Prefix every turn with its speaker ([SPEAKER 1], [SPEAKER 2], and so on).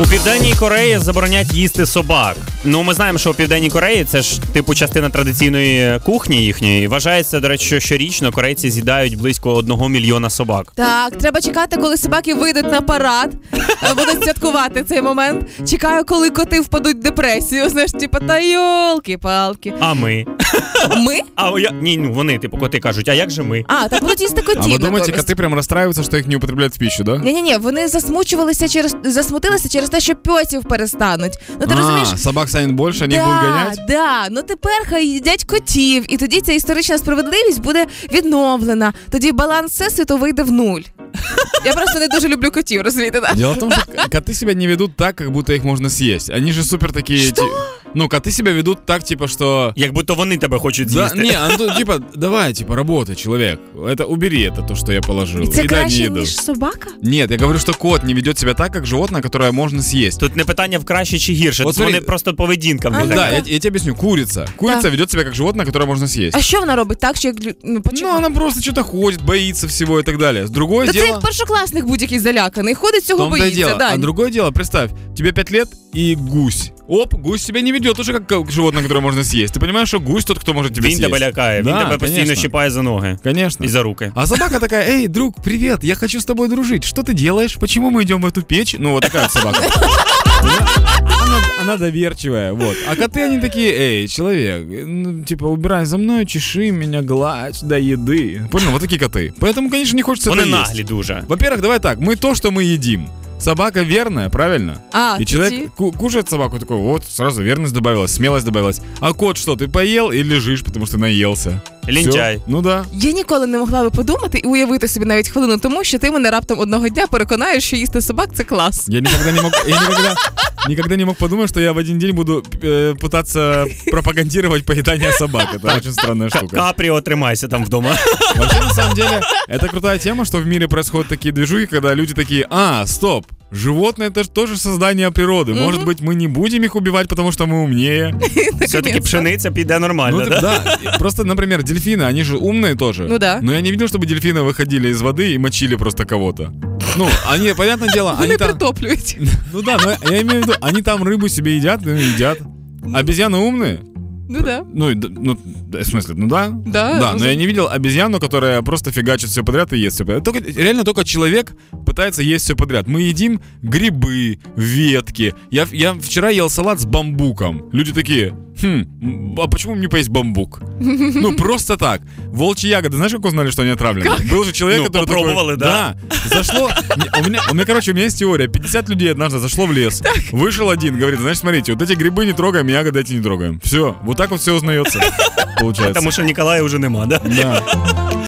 [SPEAKER 1] У південній Кореї заборонять їсти собак. Ну ми знаємо, що у південній Кореї це ж типу частина традиційної кухні їхньої. Вважається, до речі, що щорічно корейці з'їдають близько одного мільйона собак.
[SPEAKER 2] Так, треба чекати, коли собаки вийдуть на парад, е, будуть святкувати цей момент. Чекаю, коли коти впадуть в депресію. Знаєш, типу, та йолки-палки.
[SPEAKER 1] А ми?
[SPEAKER 2] Ми?
[SPEAKER 1] А я ні, ну вони типу коти кажуть, а як же ми?
[SPEAKER 2] А, так будуть їсти котів.
[SPEAKER 3] А вы думаете,
[SPEAKER 2] натомість.
[SPEAKER 3] коты прям расстраиваются, что их не употребляют в пищу, да?
[SPEAKER 2] Ні, ні, ні, вони засмучувалися через засмутилися через те, що пьосів перестануть. Ну ти розумієш?
[SPEAKER 3] А, собак станет больше, они их будут
[SPEAKER 2] Да,
[SPEAKER 3] гонять?
[SPEAKER 2] да, ну тепер хай їдять котів, і тоді ця історична справедливість буде відновлена. Тоді баланс всесвіту вийде в нуль. Я просто не дуже люблю котів, розумієте? Да?
[SPEAKER 3] Дело в том, что к- коты себя не ведут так, как будто их можно съесть. Они же супер такие...
[SPEAKER 2] Что?
[SPEAKER 3] ти- Ну, коты себя ведут так, типа, что...
[SPEAKER 1] Як будто вони тебе хочуть
[SPEAKER 3] Да,
[SPEAKER 1] з'їсти.
[SPEAKER 3] не, Антон, типа, давай, типа, работай, человек. Это убери это то, что я положил.
[SPEAKER 2] І це
[SPEAKER 3] И дай мне
[SPEAKER 2] краще,
[SPEAKER 3] еду.
[SPEAKER 2] ніж собака?
[SPEAKER 3] Нет, я говорю, что кот не ведет себя так, как животное, которое можно съесть.
[SPEAKER 1] Тут не питання в краще чи гірше.
[SPEAKER 3] От
[SPEAKER 1] Тут
[SPEAKER 3] смотри.
[SPEAKER 1] вони просто поведінка в
[SPEAKER 2] А,
[SPEAKER 1] них
[SPEAKER 3] Да,
[SPEAKER 1] така.
[SPEAKER 3] я, я тебе объясню. Курица. Курица
[SPEAKER 2] Да.
[SPEAKER 3] ведет себя как животное, которое можно съесть.
[SPEAKER 2] А що вона робить так, що як лю- ну, почему?
[SPEAKER 3] Ну, она просто что-то ходит, боится всего и так далее. Другое
[SPEAKER 2] Та це
[SPEAKER 3] дело...
[SPEAKER 2] як першокласник будь-який заляканий, ходить цього
[SPEAKER 3] том-то и
[SPEAKER 2] боїться.
[SPEAKER 3] дело.
[SPEAKER 2] Да.
[SPEAKER 3] А другое дело, представь, тебе 5 лет и гусь. Оп, гусь себя не ведет уже как к- животное, которое можно съесть. Ты понимаешь, что гусь тот, кто может тебя
[SPEAKER 1] Він
[SPEAKER 3] съесть.
[SPEAKER 1] тебе лякає, він
[SPEAKER 3] Да,
[SPEAKER 1] тебе постійно
[SPEAKER 3] конечно.
[SPEAKER 1] щипає за ноги
[SPEAKER 3] Конечно.
[SPEAKER 1] і за руки.
[SPEAKER 3] А собака такая, эй, друг, привет, я хочу с тобой дружить. Что ты делаешь? Почему мы идем в эту печь? Ну, вот такая вот собака. Она, она доверчивая, вот. А коты, они такие, эй, человек, ну, типа, убирай за мной, чеши меня, гладь до еды. Понял, вот такие коты. Поэтому, конечно, не хочется
[SPEAKER 1] Вони
[SPEAKER 3] это есть.
[SPEAKER 1] наглі дуже.
[SPEAKER 3] Во-первых, давай так, мы то, что мы едим. Собака верная, правильно?
[SPEAKER 2] А, тоді-
[SPEAKER 3] И человек ку- кушает собаку такой, вот, сразу верность добавилась, смелость добавилась. А кот что, ты поел и лежишь, потому что наелся? Всё.
[SPEAKER 1] Лінчай.
[SPEAKER 3] Ну да.
[SPEAKER 2] Я ніколи не могла би подумати і уявити собі навіть хвилину тому, що ти мене раптом одного дня переконаєш, що їсти собак це клас.
[SPEAKER 3] Я никогда не мог, я никогда, никогда не мог подумать, что я в один день буду э, пытаться пропагандировать поедание собак. Это очень странная штука.
[SPEAKER 1] Капріо, тримайся там вдома.
[SPEAKER 3] Вообще, на самом деле, это крутая тема, что в мире происходят такие движухи, когда люди такие, а, стоп, животные это ж тоже создание природы. Может быть, мы не будем их убивать, потому что мы умнее.
[SPEAKER 1] Все-таки пшениця піде
[SPEAKER 3] Ну,
[SPEAKER 1] нормально,
[SPEAKER 3] ты-
[SPEAKER 1] да?
[SPEAKER 3] да. Просто, например, дельфины, они же умные тоже.
[SPEAKER 2] Ну да.
[SPEAKER 3] Но я не видел, чтобы дельфины выходили из воды и мочили просто кого-то. Ну, они, понятное дело,
[SPEAKER 2] Вони
[SPEAKER 3] они там...
[SPEAKER 2] притоплюють.
[SPEAKER 3] Ну да, но я имею в виду, они там рыбу себе едят, ну едят. Обезьяны умные?
[SPEAKER 2] Ну да.
[SPEAKER 3] Ну, и д- ну, д- в смысле, ну да.
[SPEAKER 2] Да,
[SPEAKER 3] Да,
[SPEAKER 2] ну
[SPEAKER 3] но я не видел обезьяну, которая просто фигачит все подряд и ест все подряд. Только, реально только человек пытается есть все подряд. Мы едим грибы, ветки. Я, я вчера ел салат с бамбуком. Люди такие, хм, а почему мне поесть бамбук? Ну, просто так. Волчьи ягоды, знаешь, как узнали, что они отравлены? Был же человек,
[SPEAKER 1] Ну,
[SPEAKER 3] который
[SPEAKER 1] попробовали,
[SPEAKER 3] такой,
[SPEAKER 1] да.
[SPEAKER 3] Да, зашло. Не, У меня, у меня, короче, у меня есть теория. 50 людей однажды зашло в лес. Вышел один, говорит, значит, смотрите, вот эти грибы не трогаем, ягоды эти не трогаем. Все, вот так вот все узнается. Получается.
[SPEAKER 1] Тому що Ніколая вже нема, да?
[SPEAKER 3] Да.